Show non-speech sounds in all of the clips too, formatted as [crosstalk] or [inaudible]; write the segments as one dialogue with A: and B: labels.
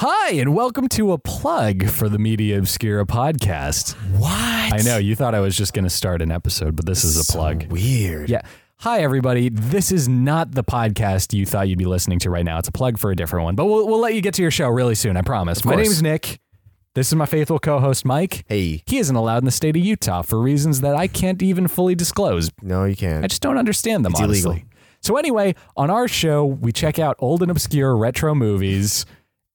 A: Hi, and welcome to a plug for the Media Obscura podcast.
B: What?
A: I know you thought I was just going to start an episode, but this is a plug.
B: Weird.
A: Yeah. Hi, everybody. This is not the podcast you thought you'd be listening to right now. It's a plug for a different one, but we'll, we'll let you get to your show really soon. I promise. My
B: course.
A: name's Nick. This is my faithful co host, Mike.
B: Hey.
A: He isn't allowed in the state of Utah for reasons that I can't even fully disclose.
B: No, you
A: I
B: can't.
A: just don't understand them,
B: It's
A: honestly.
B: illegal.
A: So, anyway, on our show, we check out old and obscure retro movies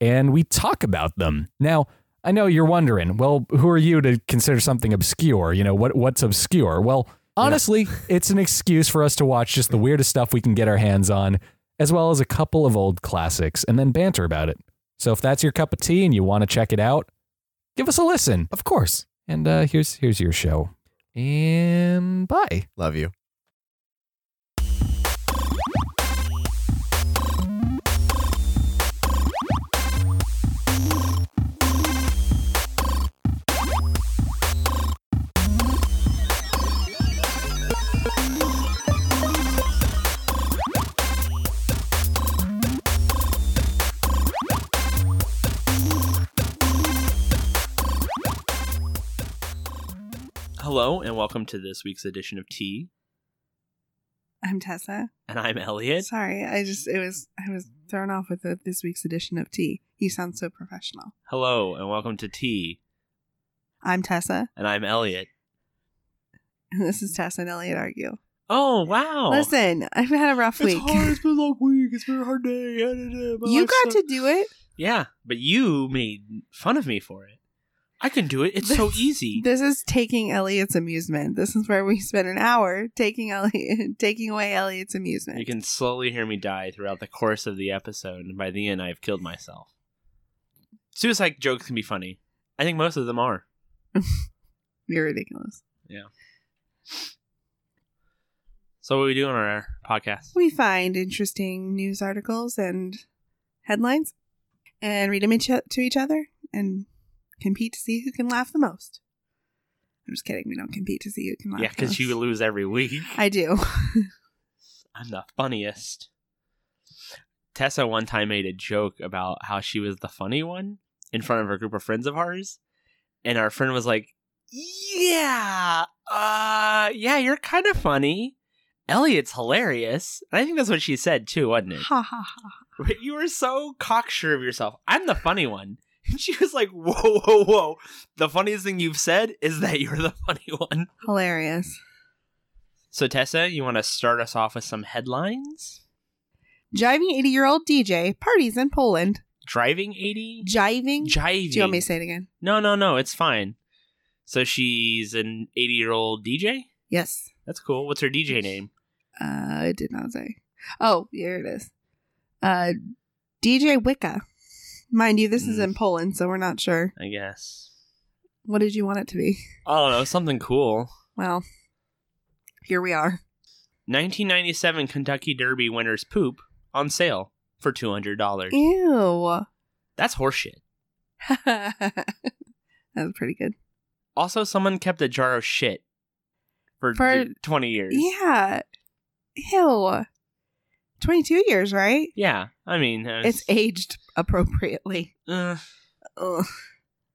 A: and we talk about them. Now, I know you're wondering, well, who are you to consider something obscure? You know, what what's obscure? Well, honestly, it's an excuse for us to watch just the weirdest stuff we can get our hands on, as well as a couple of old classics and then banter about it. So if that's your cup of tea and you want to check it out, give us a listen.
B: Of course.
A: And uh, here's here's your show. And bye.
B: Love you.
C: Hello and welcome to this week's edition of Tea,
D: I'm Tessa.
C: and I'm Elliot.
D: Sorry, I just it was I was thrown off with the, this week's edition of tea. You sound so professional.
C: Hello and welcome to Tea,
D: I'm Tessa. [laughs]
C: and I'm Elliot.
D: And this is Tessa and Elliot argue.
C: Oh wow!
D: Listen, I've had a rough
C: it's
D: week.
C: hard. It's been a long week. It's been a hard day. I don't know. My
D: You
C: life
D: got
C: sucks.
D: to do it.
C: Yeah, but you made fun of me for it. I can do it. It's so easy.
D: This is taking Elliot's amusement. This is where we spend an hour taking Elliot, [laughs] taking away Elliot's amusement.
C: You can slowly hear me die throughout the course of the episode, and by the end, I have killed myself. Suicide jokes can be funny. I think most of them are.
D: You're ridiculous.
C: So what we do on our podcast?
D: We find interesting news articles and headlines, and read them each- to each other, and compete to see who can laugh the most. I'm just kidding. We don't compete to see who can laugh.
C: Yeah,
D: the
C: because you
D: most.
C: lose every week.
D: I do.
C: I'm the funniest. Tessa one time made a joke about how she was the funny one in front of a group of friends of ours, and our friend was like, "Yeah, uh, yeah, you're kind of funny. Elliot's hilarious." And I think that's what she said too, wasn't it?
D: [laughs] ha ha ha.
C: But you were so cocksure of yourself. I'm the funny one. [laughs] And she was like, "Whoa, whoa, whoa! The funniest thing you've said is that you're the funny one."
D: Hilarious.
C: So Tessa, you want to start us off with some headlines?
D: Driving 80 year old DJ parties in Poland.
C: Driving eighty.
D: Jiving.
C: Jiving.
D: Do you want me to say it again?
C: No, no, no. It's fine. So she's an 80 year old DJ?
D: Yes.
C: That's cool. What's her DJ name?
D: Uh, I did not say. Oh, here it is. Uh, DJ Wicca. Mind you, this
C: Mm.
D: is in Poland, so we're not sure.
C: I guess.
D: What did you want it to be?
C: I don't know. Something cool.
D: Well, here we are.
C: 1997 Kentucky Derby winner's poop on sale for $200.
D: Ew.
C: That's horseshit.
D: [laughs] that was pretty good.
C: Also, someone kept a jar of shit for,
D: For-
C: 20 years.
D: Yeah. Ew. 22 years, right?
C: Yeah, I mean, uh,
D: It's aged appropriately.
C: uh,
D: Ugh.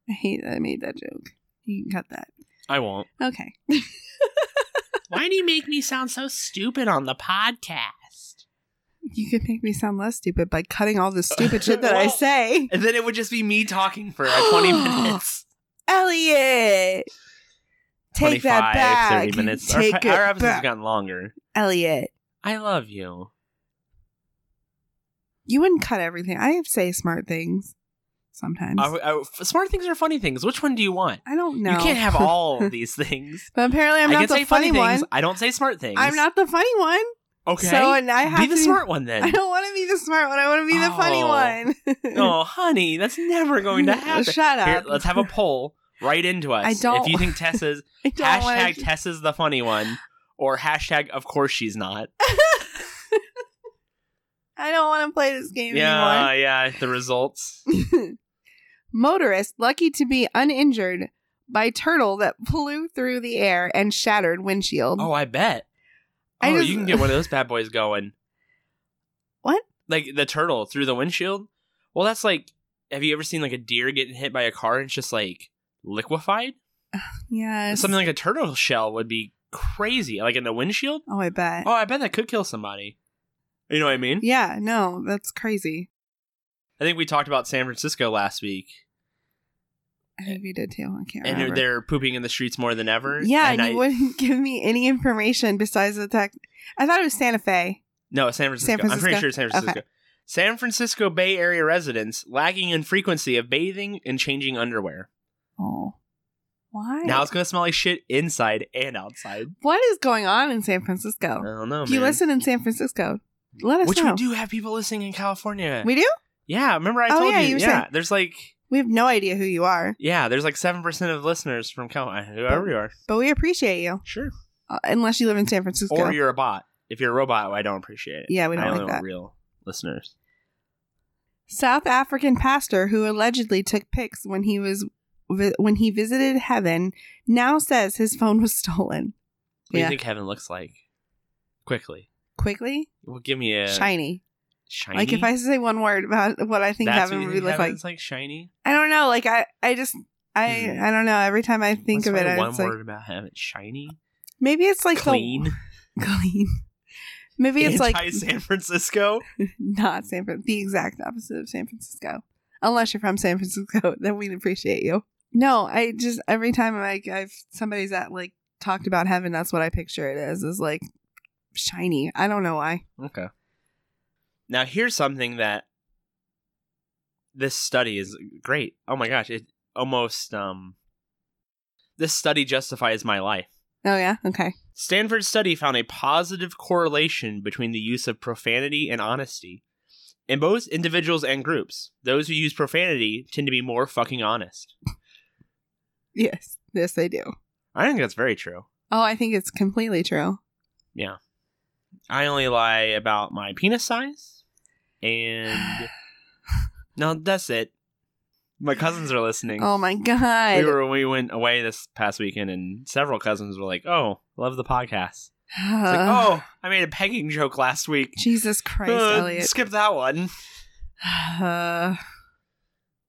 D: I hate that I made that joke. You can cut that.
C: I won't.
D: Okay.
C: Why do you make me sound so stupid on the podcast?
D: You can make me sound less stupid by cutting all the stupid shit that I [laughs]
C: Well-
D: say.
C: And then it would just be me talking for like
D: [gasps]
C: 20 minutes.
D: Elliot! Take that
C: 25,
D: back.
C: 30 minutes.
D: Take
C: our,
D: it
C: our episodes
D: back.
C: have gotten longer.
D: Elliot,
C: I love you.
D: you wouldn't cut everything. I say smart things sometimes. I
C: Are we- are- f- smart things are funny things. Which one do you want?
D: I don't know.
C: You can't
D: [laughs]
C: have all these things.
D: But apparently, I'm
C: I
D: not
C: can
D: the
C: say
D: funny, one.
C: things. I don't say smart things.
D: I'm not the funny one.
C: okay.
D: So and I have
C: be the
D: to,
C: smart one then.
D: [laughs] I don't want to be the smart one. I want to be the funny
C: Oh. [laughs]
D: one.
C: oh, honey, that's never going to happen.
D: [laughs] Shut up.
C: Here, let's have a poll right into us.
D: I don't-
C: If you think Tessa's
D: [laughs] I [laughs] don't
C: hashtag
D: wanna-
C: Tessa's the funny one, or hashtag of course she's not.
D: [laughs] I don't want to play this game
C: Yeah, yeah. The results.
D: anymore. [laughs] Motorist lucky to be uninjured by turtle that [laughs] flew through the air and shattered windshield.
C: Oh, I bet.
D: I
C: oh,
D: just-
C: you can get one of those bad boys going.
D: What?
C: Like the turtle through the windshield? Well, that's like have you ever seen like a deer getting hit by a car and it's just like liquefied?
D: Yes.
C: Something like a turtle shell would be crazy, like in the windshield.
D: Oh, I bet.
C: Oh, I bet that could kill somebody. You know what I mean?
D: Yeah, no, that's crazy.
C: I think we talked about San Francisco last week,
D: I think we did too. I can't
C: Eh. and
D: remember.
C: they're pooping in the streets more than ever.
D: yeah,
C: and
D: and you
C: I,
D: wouldn't [laughs] give me any information besides the tech. I thought it was Santa Fe.
C: no, San Francisco.
D: San
C: I'm pretty
D: Francisco?
C: sure it's San
D: Okay.
C: Francisco. San Francisco Bay Area residents lagging in frequency of bathing and changing underwear.
D: Oh, why?
C: Now it's gonna smell like shit inside and outside.
D: what is going on in San Francisco?
C: I don't know,
D: if Oh. you
C: man.
D: listen in San Francisco, let us
C: Which
D: know.
C: we do have people listening in California.
D: We do?
C: yeah, remember I
D: Oh,
C: told
D: yeah,
C: you.
D: you were
C: yeah,
D: saying-
C: there's like
D: We have no idea who you are,
C: yeah, there's like seven percent of listeners from California, whoever you are.
D: but we appreciate you.
C: Sure.
D: Uh, unless you live in San Francisco.
C: Or you're a bot. If you're a robot, I don't appreciate it.
D: Yeah, we don't
C: I
D: like
C: only want
D: that.
C: real listeners.
D: South African pastor who allegedly took pics when he was vi- when he visited heaven now says his phone was [laughs] stolen.
C: What do
D: Yeah.
C: you think heaven looks like? Quickly.
D: Quickly,
C: Well, give me a
D: shiny.
C: shiny.
D: Like if I say one word about what I think
C: That's
D: heaven
C: what you
D: would be like, like,
C: heaven's like shiny.
D: I don't know. Like I, I just, I,
C: Hmm.
D: I don't know. Every time I think
C: Let's
D: of it,
C: find
D: I
C: one
D: was like,
C: word about heaven: shiny,
D: maybe it's like
C: clean.
D: the [laughs] clean. Maybe it's like
C: Anti San Francisco.
D: [laughs] not San Fran, the exact opposite of San Francisco. Unless you're from San Francisco, [laughs] then we appreciate you. No, I just every time I, I've somebody's at like talked about heaven, that's what I picture it as is like shiny. I don't know why.
C: Okay. Now here's something that this study is great. Oh my gosh, it almost um this study justifies my life.
D: Oh yeah, okay. [laughs]
C: Stanford study found a positive correlation between the use of profanity and honesty. In both individuals and groups, those who use profanity tend to be more fucking honest.
D: Yes, yes they do.
C: I think that's very true.
D: Oh, I think it's completely true.
C: I only lie about my penis size
D: [sighs]
C: and No, that's it. My cousins are listening.
D: Oh my god.
C: we were we went away this past weekend, and several cousins were like, "Oh, love the podcast." It's like,
D: [sighs]
C: "Oh, I made a pegging joke last week.
D: Jesus Uh. [laughs] Christ,
C: Uh,
D: Elliot.
C: skip that one."
D: Uh,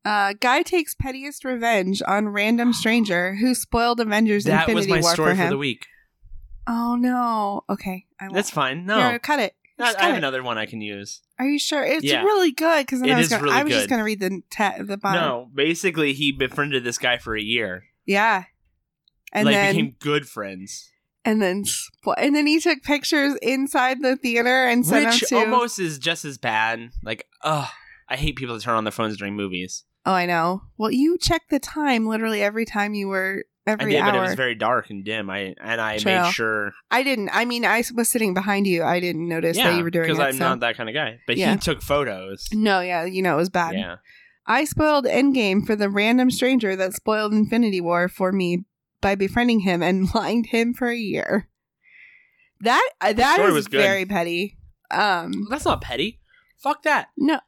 D: uh, guy takes pettiest revenge
C: [gasps]
D: on random stranger who spoiled Avengers
C: that was
D: Infinity
C: my
D: War
C: story
D: for
C: for,
D: him.
C: the week.
D: Oh no. Okay, I won't.
C: That's fine. No,
D: Here, cut it.
C: I,
D: Just
C: I
D: cut
C: have
D: it.
C: another one I can use.
D: Are you sure? It's
C: Yeah.
D: really good because
C: It
D: I was
C: is
D: gonna,
C: really
D: I was
C: good.
D: just going to read the ta- the bottom.
C: No, basically, he befriended this guy for a year.
D: Yeah. And
C: like,
D: then
C: became good friends,
D: and then spl- and then he took pictures inside the theater and sent
C: which
D: them to.
C: almost is just as bad. Like, ugh, I hate people that turn on their phones during movies.
D: oh, I know. Well, you checked the time literally every time you were every
C: I did,
D: hour.
C: but it was very dark and dim. I and I
D: True.
C: made sure
D: I didn't. I mean, I was sitting behind you. I didn't notice that you were doing it.
C: because I'm
D: so-
C: not that kind of guy. But
D: Yeah.
C: he took photos.
D: No, yeah, you know it was bad.
C: Yeah.
D: I spoiled Endgame for the random stranger that spoiled Infinity War for me by befriending him and [laughs] lying to him for a year. That uh, that
C: story
D: is
C: was good.
D: very petty. Um,
C: That's not petty. Fuck
D: [laughs]
C: that.
D: no,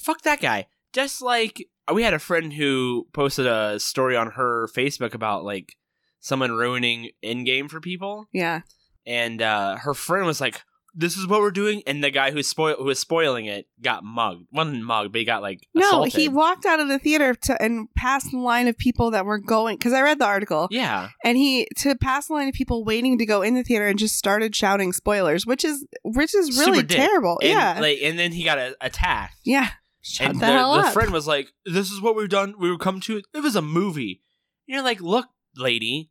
C: Fuck that guy. Just like we had a friend who posted a story on her Facebook about like someone ruining Endgame for people,
D: yeah,
C: and uh, her friend was like, "This is what we're doing," and the guy who spoil who was spoiling it got mugged. One mug, but he got like
D: no.
C: assaulted.
D: He walked out of the theater to, and passed the line of people that were going because I read the article [laughs]
C: yeah,
D: and he to pass the line of people waiting to go in the theater and just started shouting spoilers, which is which is really
C: Super dick.
D: terrible.
C: and,
D: yeah,
C: like, and then he got a- attacked.
D: yeah. Shut
C: and the,
D: the hell
C: the
D: up.
C: friend was like, "This is what we've done. We would come to it. It was a movie." And you're like, "Look, lady,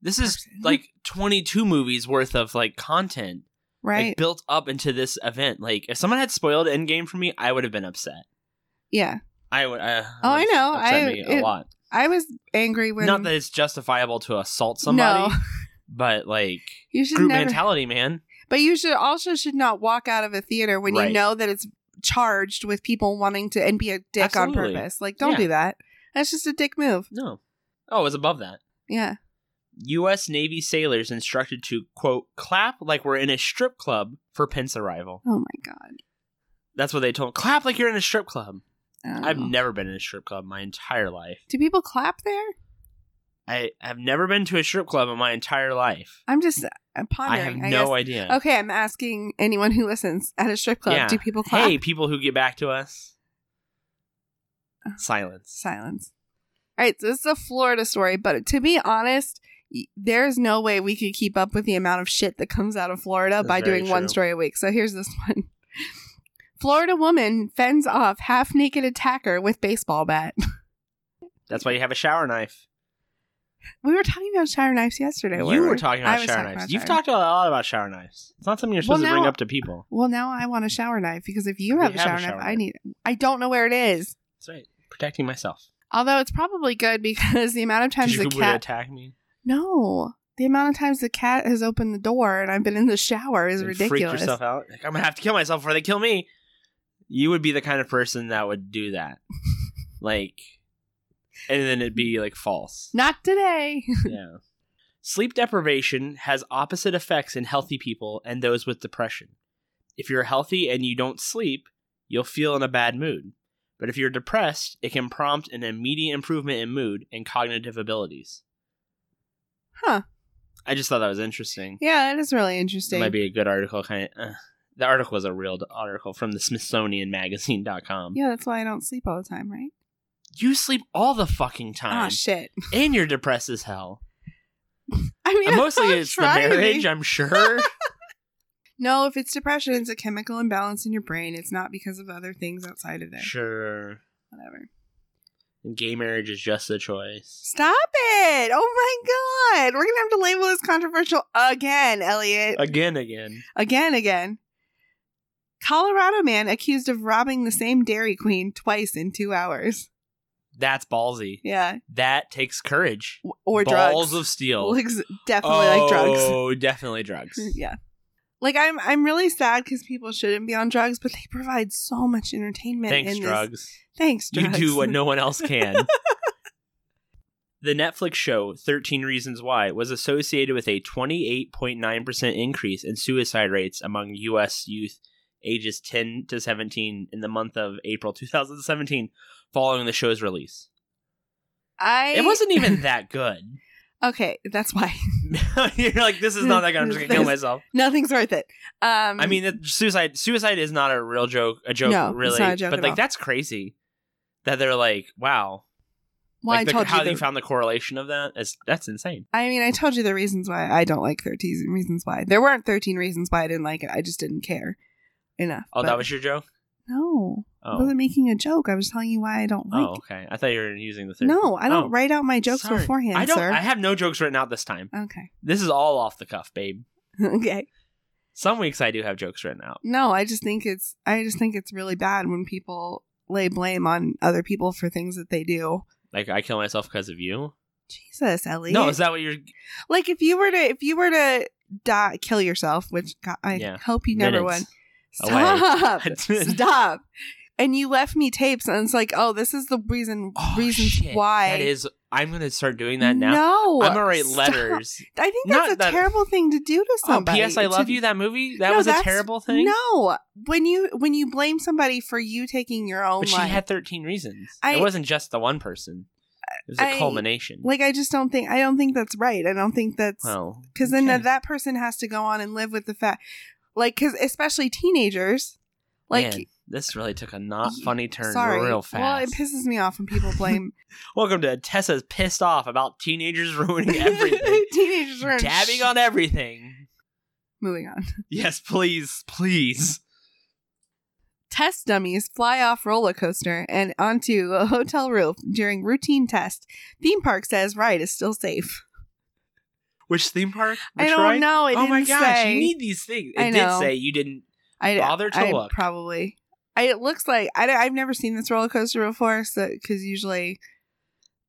C: this is
D: Person.
C: like 22 movies worth of like content
D: right?
C: like, built up into this event. Like, if someone had spoiled Endgame for me, I would have been upset.
D: yeah,
C: I would. Uh,
D: Oh, I know.
C: Upset
D: I-
C: me a
D: it-
C: lot.
D: I was angry when
C: Not that it's justifiable to assault somebody,
D: No.
C: [laughs] but like
D: you should
C: group
D: never.
C: mentality, man.
D: But you should also should not walk out of a theater when
C: Right.
D: you know that it's charged with people wanting to and be a dick on
C: Absolutely.
D: purpose. Like, don't
C: Yeah.
D: do that. That's just a dick move.
C: No. Oh, it was above that.
D: Yeah.
C: U.S. Navy sailors instructed to quote clap like we're in a strip club for Pence arrival.
D: Oh my god.
C: That's what they told. Clap like you're in a strip club.
D: I don't
C: I've
D: know.
C: never been in a strip club my entire life.
D: do people clap there?
C: I have never been to a strip club in my entire life.
D: I'm just I'm
C: I
D: pondering.
C: have no
D: guess.
C: idea.
D: Okay, I'm asking anyone who listens at a strip club.
C: Yeah.
D: Do people clap?
C: Hey, people who get back to us.
D: Uh.
C: Silence.
D: silence. All right, so this is a Florida story, but to be honest, y- there's no way we could keep up with the amount of shit that comes out of Florida
C: That's
D: by
C: very
D: doing one
C: true.
D: story a week. So here's this one. Florida woman fends off half naked attacker with baseball bat. [laughs]
C: That's why you have a shower knife.
D: We were talking about shower knives yesterday.
C: You
D: weren't
C: were
D: we?
C: talking
D: I
C: about
D: was
C: shower
D: talking
C: knives.
D: about
C: You've
D: shower
C: talked a lot about shower knives. It's not something you're
D: Well,
C: supposed to bring
D: now-
C: up to people.
D: Well, now I want a shower knife because if you have, a, shower knife, I
C: knife.
D: need. I don't know where it is.
C: That's right. Protecting myself.
D: Although it's probably good because the amount of times
C: Did you
D: the
C: Google to
D: cat
C: attack me?
D: No. The amount of times the cat has opened the door and I've been in the shower is
C: and Freak
D: ridiculous.
C: yourself out. Like, I'm gonna have to kill myself before they kill me. You would be the kind of person that would do
D: [laughs]
C: that. like, and then it'd be like false.
D: Not today.
C: [laughs]
D: [laughs]
C: yeah. Sleep deprivation has opposite effects in healthy people and those with depression. If you're healthy and you don't sleep, you'll feel in a bad mood. But if you're depressed, it can prompt an immediate improvement in mood and cognitive abilities.
D: Huh.
C: I just thought that was interesting.
D: Yeah, it is really interesting.
C: It might be a good article. Kind of, uh, the article is a real d- article from the SmithsonianMagazine.com.
D: Yeah, that's why I don't sleep all the time, right?
C: You sleep all the fucking
D: Ah,
C: time,
D: shit. [laughs]
C: and you're depressed as hell.
D: I mean,
C: And Uh, mostly
D: I'm
C: it's the
D: trying to be-
C: marriage, I'm sure.
D: No, if it's depression, it's a chemical imbalance in your brain. It's not because of other things outside of [laughs] there.
C: sure.
D: Whatever.
C: Gay marriage is just a choice.
D: Stop it! Oh my god, we're gonna have to label this controversial again, Elliot.
C: Again, again.
D: Again, again. Colorado man accused of robbing the same Dairy Queen twice in two hours.
C: That's ballsy.
D: Yeah,
C: That takes courage.
D: W- or
C: Balls
D: drugs.
C: of steel.
D: Like, s- [laughs] definitely like drugs.
C: Oh, definitely drugs.
D: [laughs] yeah. Like I'm, I'm really sad because people shouldn't be on drugs, but they provide so much entertainment.
C: Thanks,
D: in This.
C: drugs.
D: Thanks,
C: You
D: drugs.
C: do what no one else can. [laughs] the Netflix show 13 Reasons Why was associated with a 28.9% increase in suicide rates among U.S. youth ages 10 to 17 in the month of April 2017 following the show's release.
D: [laughs] I
C: It wasn't [laughs] even that good.
D: okay. That's why [laughs]
C: You're like, this is not that good. I'm just gonna kill myself.
D: nothing's worth it. Um,
C: I mean, that suicide suicide is not a real joke. A joke,
D: No, it's
C: really.
D: not a joke
C: but
D: at
C: like,
D: all.
C: that's crazy. That they're like, wow,
D: why
C: like
D: I
C: the-
D: told
C: how
D: you.
C: they
D: the-
C: found the correlation of that is that's insane.
D: I mean, I told you the reasons why I don't like thirteen reasons why. There weren't thirteen reasons why I didn't like it. I just didn't care enough.
C: Oh,
D: but-
C: that was your joke.
D: no. I
C: Oh,
D: wasn't making a joke. I was telling you why I don't like.
C: oh, okay. I thought you were using the
D: it.
C: thing.
D: No, I don't
C: Oh,
D: write out my jokes
C: sorry.
D: beforehand,
C: I don't.
D: sir.
C: I have no jokes written out this time.
D: okay. [laughs]
C: This is all off the cuff, babe.
D: okay.
C: Some weeks I do have jokes written out.
D: No, I just think it's I just think it's really bad when people lay blame on other people for things that they do.
C: Like I kill myself because of you.
D: Jesus, Ellie.
C: No, is that what you're?
D: like if you were to if you were to die, kill yourself, which God, I
C: Yeah.
D: hope you never would.
C: Minutes. [laughs]
D: Stop,
C: away.
D: stop. And you left me tapes, and it's like, oh, this is the reason
C: Oh,
D: reasons
C: shit.
D: why
C: that is. I'm gonna start doing that now.
D: No,
C: I'm gonna write
D: stop.
C: letters.
D: I think
C: Not
D: that's a
C: that-
D: terrible thing to do to
C: Oh,
D: somebody.
C: P.S. I
D: to-
C: love you. That movie. That
D: No,
C: was a
D: that's-
C: terrible thing.
D: No, when you when you blame somebody for you taking your own
C: but she
D: life,
C: had 13 reasons.
D: I-
C: it wasn't just the one person. It was a
D: I-
C: culmination.
D: like i just don't think i don't think that's right i don't think that's
C: well,
D: because then
C: okay.
D: that that person has to go on and live with the fact like because especially teenagers like
C: Man, this really took a not
D: Y-
C: funny turn
D: sorry
C: real
D: well it
C: fast.
D: pisses me off when people blame
C: Welcome to Tessa's pissed off about teenagers
D: [laughs]
C: ruining [laughs] everything,
D: teenagers are
C: dabbing on everything.
D: moving on
C: Yes, please, please.
D: test dummies fly off roller coaster and onto a hotel roof during routine test theme park says ride is still safe
C: Which theme park? Which
D: i don't
C: ride?
D: know it
C: oh my
D: didn't
C: gosh,
D: say.
C: you need these things. It
D: I
C: did
D: know.
C: say you didn't.
D: I
C: bother to
D: I
C: look.
D: Probably. I, it looks like I, have never seen this roller coaster before, so because usually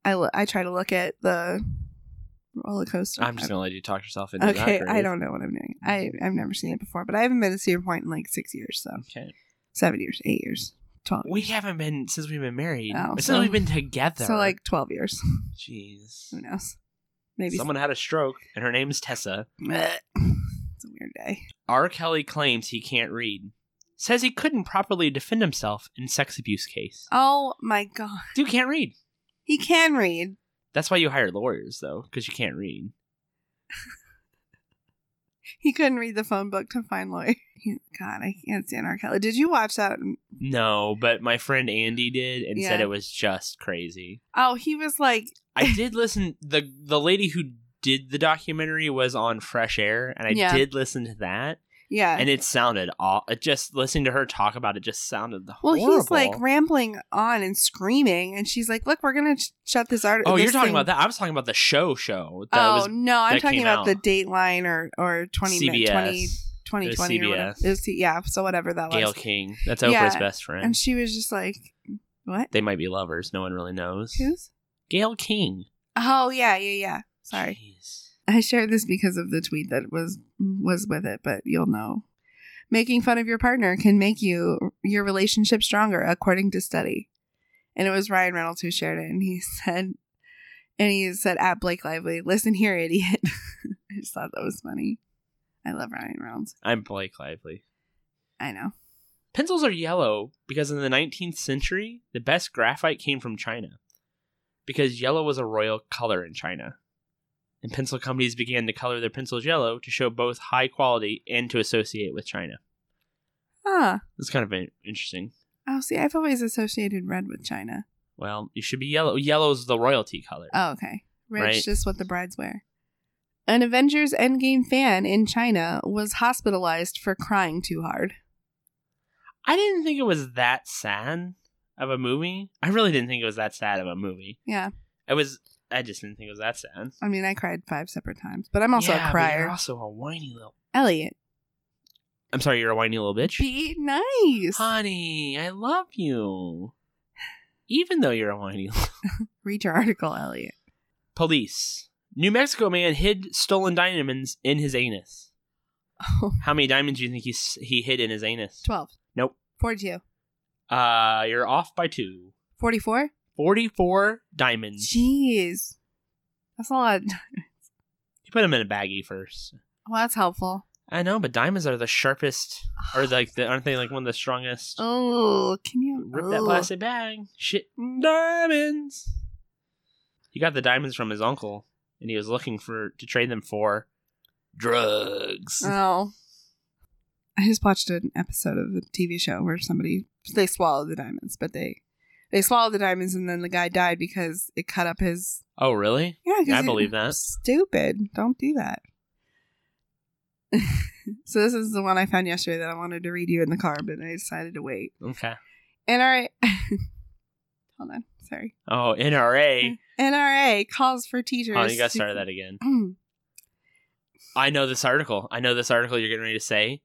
D: I lo- I try to look at the roller coaster.
C: I'm just gonna let you talk yourself into that.
D: Uh, okay. I
C: grave.
D: don't know what I'm doing. I I've never seen it before, but I haven't been to Cedar Point in like six years, so
C: Okay.
D: seven years, eight years, twelve.
C: We haven't been since we've been married.
D: Oh,
C: since
D: so-
C: we've been together.
D: so like twelve years. [laughs]
C: Jeez.
D: Who knows? Maybe
C: Someone had a stroke, and her name's Tessa.
D: Blech. [laughs] it's a weird day.
C: R. Kelly claims he can't read. Says he couldn't properly defend himself in sex abuse case.
D: Oh my god,
C: Dude can't read.
D: he can read.
C: That's why you hire lawyers, though, because you can't read.
D: He couldn't read the phone book to find Lloyd. He- God, I can't stand R. Kelly. Did you watch that?
C: No, but my friend Andy did and said
D: Yeah.
C: it was just crazy.
D: Oh, he was like,
C: I did [laughs] listen the the lady who did the documentary was on Fresh Air and I
D: Yeah.
C: did listen to that
D: yeah.
C: and it sounded all it just listening to her talk about it just sounded
D: well,
C: horrible.
D: he's like rambling on and screaming, and she's like, "Look, we're gonna sh- shut this article."
C: Oh, you're talking about that. I was talking about the show show. That
D: Oh
C: was
D: no, I'm
C: that
D: talking
C: came
D: about the
C: out.
D: Dateline or or 20
C: CBS.
D: minute 20 2020 or whatever.
C: CBS.
D: It was, yeah, so whatever that
C: Gail
D: was.
C: King. That's Oprah's
D: Yeah,
C: best friend.
D: And she was just like, "What?
C: they might be lovers. No one really knows.
D: Who's?"
C: Gail King.
D: Oh yeah, yeah, yeah. Sorry.
C: Jeez.
D: I shared this because of the tweet that was was with it, but you'll know. Making fun of your partner can make you your relationship stronger, according to study. And it was Ryan Reynolds who shared it, and he said, and he said at Blake Lively, "Listen here, idiot." [laughs] I just thought that was funny. I love Ryan Reynolds.
C: I'm Blake Lively.
D: I know.
C: Pencils are yellow because in the 19th century, the best graphite came from China because yellow was a royal color in China. And pencil companies began to color their pencils yellow to show both high quality and to associate with China.
D: Ah,
C: It's kind of in- interesting.
D: oh, see, I've always associated red with China.
C: Well, you should be yellow. Yellow's the royalty color.
D: Oh, okay. Red's
C: Right.
D: just what the brides wear. An Avengers Endgame fan in China was hospitalized for crying too hard.
C: I didn't think it was that sad of a movie. I really didn't think it was that sad of a movie.
D: Yeah.
C: I was. I just didn't think it was that sad.
D: I mean, I cried five separate times, but I'm also
C: Yeah, but
D: a crier.
C: You're also a whiny little.
D: Elliot,
C: I'm sorry, you're a whiny little bitch.
D: be nice.
C: Honey, I love you. Even though you're a whiny. [laughs]
D: Read your article, Elliot.
C: Police. New Mexico man hid stolen diamonds in his anus.
D: Oh.
C: How many diamonds do you think he s- he hid in his anus?
D: 12.
C: Nope.
D: 42.
C: Uh, you're off by two.
D: 44?
C: Forty-four diamonds.
D: Jeez. That's a lot.
C: You put them in a baggie first.
D: Well, that's helpful.
C: I know, but diamonds are the sharpest.
D: [sighs]
C: Are like the, aren't they like one of the strongest?
D: Oh, can you
C: Rip that
D: oh.
C: plastic bag. Shit, diamonds. He got the diamonds from his uncle, and he was looking for to trade them for drugs.
D: Oh. I just watched an episode of a TV show where somebody they swallowed the diamonds, but they they swallowed the diamonds and then the guy died because it cut up his
C: oh, really?
D: Yeah, 'cause
C: I
D: it-
C: believe that.
D: Stupid. Don't do that. [laughs] so this is the one I found yesterday that I wanted to read you in the car, but I decided to wait.
C: Okay.
D: NRA [laughs] Hold on, sorry.
C: Oh, NRA.
D: NRA calls for teachers.
C: Oh, you got to
D: to-
C: start that again. I know this article. I know this article you're getting ready to say.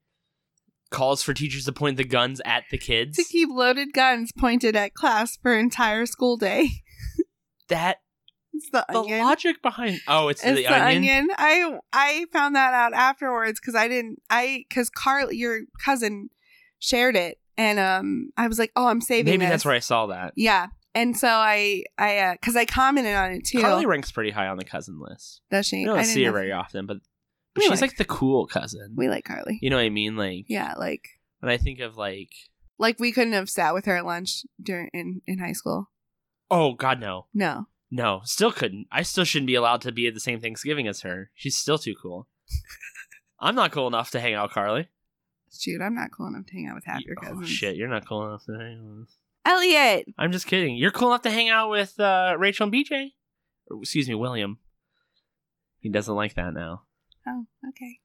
C: Calls for teachers to point the guns at the kids.
D: [clears throat] to keep loaded guns pointed at class for entire school day. [laughs]
C: That
D: It's the,
C: the
D: onion.
C: logic behind. Oh, it's,
D: it's
C: the,
D: the,
C: onion.
D: onion. I I found that out afterwards because I didn't. I because Carl, your cousin, shared it, and um, I was like, oh, I'm saving.
C: Maybe
D: this.
C: that's where I saw that.
D: Yeah, and so I I because I commented on it too.
C: Carly ranks pretty high on the cousin list.
D: Does she?
C: You don't
D: I didn't
C: see her
D: know-
C: very often, but, but
D: We
C: she's
D: like-
C: like the cool cousin.
D: We like Carly.
C: You know what I mean? Like,
D: Yeah, like
C: when I think of like,
D: like we couldn't have sat with her at lunch during in in high school.
C: oh God, no,
D: No,
C: no, still couldn't. I still shouldn't be allowed to be at the same Thanksgiving as her. She's still too
D: [laughs]
C: cool. I'm not cool enough to hang out, Carly.
D: shoot, I'm not cool enough to hang out with half your
C: oh
D: cousins.
C: shit, you're not cool enough to hang out. With.
D: Elliot.
C: I'm just kidding. You're cool enough to hang out with uh, Rachel and BJ. Or, excuse me, William. He doesn't like that now.
D: Oh, okay.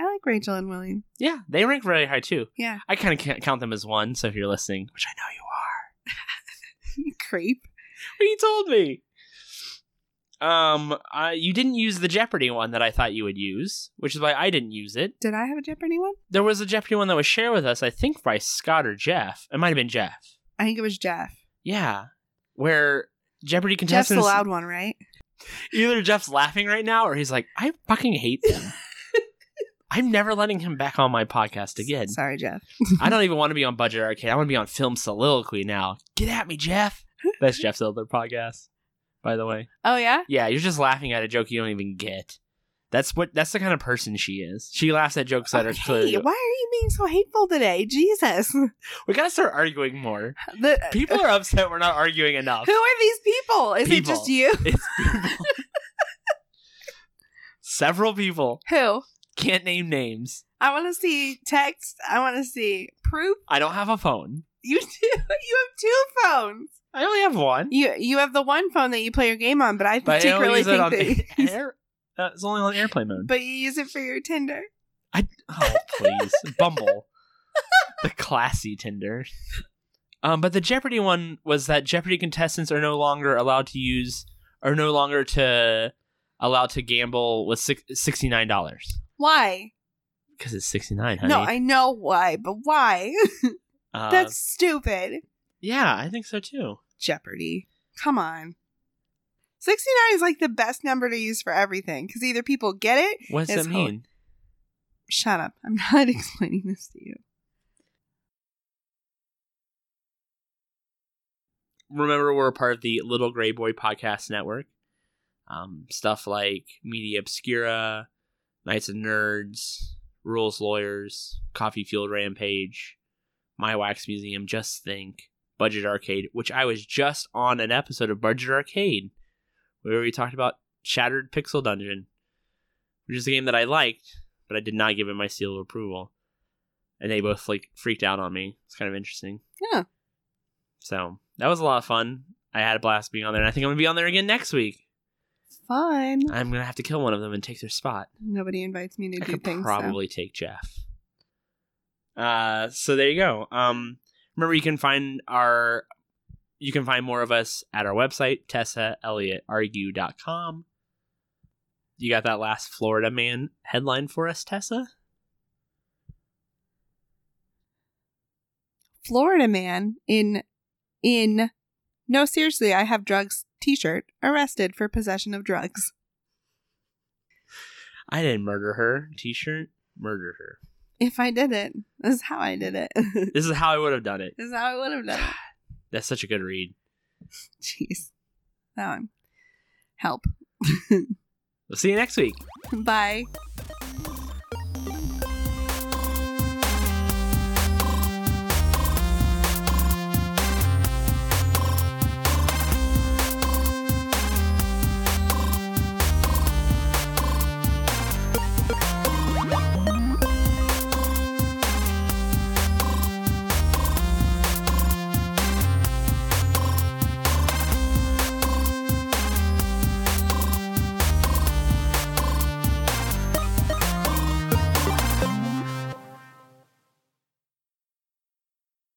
D: I like Rachel and William.
C: Yeah, they rank very high too.
D: Yeah, [laughs]
C: I kind of count them as one. So if you're listening, which I know you are.
D: creep.
C: he told me. Um, I, you didn't use the Jeopardy one that I thought you would use, which is why I didn't use it.
D: Did I have a Jeopardy one?
C: There was a Jeopardy one that was shared with us, I think by Scott or Jeff. It might have been Jeff.
D: I think it was Jeff.
C: Yeah, where Jeopardy
D: Jeff's the
C: contestants
D: loud one, right?
C: either Jeff's laughing right now or he's like, I fucking hate them. I'm never letting him back on my podcast again.
D: Sorry, Jeff.
C: I don't even want to be on Budget Arcade. I want to be on Film Soliloquy now. Get at me, Jeff. That's Jeff's other podcast, by the way.
D: Oh yeah.
C: Yeah, you're just laughing at a joke you don't even get. That's what that's the kind of person she is. She laughs at jokes that are
D: Okay,
C: clearly.
D: why are you being so hateful today? Jesus.
C: We gotta start arguing more.
D: The,
C: People are upset we're not arguing enough.
D: Who are these people? Is it
C: People.
D: just you?
C: It's people. Several people.
D: Who?
C: can't name names.
D: I want to see text. I want to see proof. [laughs]
C: I don't have a phone.
D: You do. You have two phones.
C: I only have one.
D: You you have the one phone that you play your game on, but I
C: But I only
D: particularly
C: use it
D: think
C: on
D: that.
C: [laughs] air. Uh, it's only on airplane mode.
D: [laughs] But you use it for your Tinder.
C: I oh
D: [laughs]
C: please Bumble, the classy Tinder. Um, but the Jeopardy one was that Jeopardy contestants are no longer allowed to use, are no longer to allowed to gamble with sixty nine dollars
D: Why?
C: because it's sixty nine, honey.
D: No, I know why, but why? [laughs]
C: Uh,
D: That's stupid.
C: yeah, I think so too.
D: Jeopardy. Come on. 69 is like the best number to use for everything because either people get it.
C: What does
D: It's
C: that
D: hol-
C: mean?
D: Shut up. I'm [laughs] not explaining this to you.
C: Remember, we're a part of the Little Gray Boy Podcast Network. Um, stuff like Media Obscura, Knights of Nerds, Rules Lawyers, Coffee Field Rampage, My Wax Museum, Just Think, Budget Arcade, which I was just on an episode of Budget Arcade where we talked about Shattered Pixel Dungeon, which is a game that I liked, but I did not give it my seal of approval. And they both like freaked out on me. It's kind of interesting.
D: Yeah.
C: So that was a lot of fun. I had a blast being on there, and I think I'm gonna be on there again next week.
D: Fun.
C: I'm gonna have to kill one of them and take their spot.
D: Nobody invites me to
C: I
D: do
C: could
D: things. so-
C: probably take Jeff. Uh, so there you go. Um, remember you can find our, you can find more of us at our website tessaelliotargue.com. You got that last Florida man headline for us, Tessa?
D: Florida man in in no seriously, I have drugs t-shirt arrested for possession of drugs.
C: I didn't murder her. T-shirt, murder her.
D: If I did it, this is how I did it. [laughs] this
C: This is how I would have done it.
D: is how I would have done it.
C: That's such a good read.
D: Jeez. Now I'm help. [laughs]
C: We'll see you next week.
D: Bye.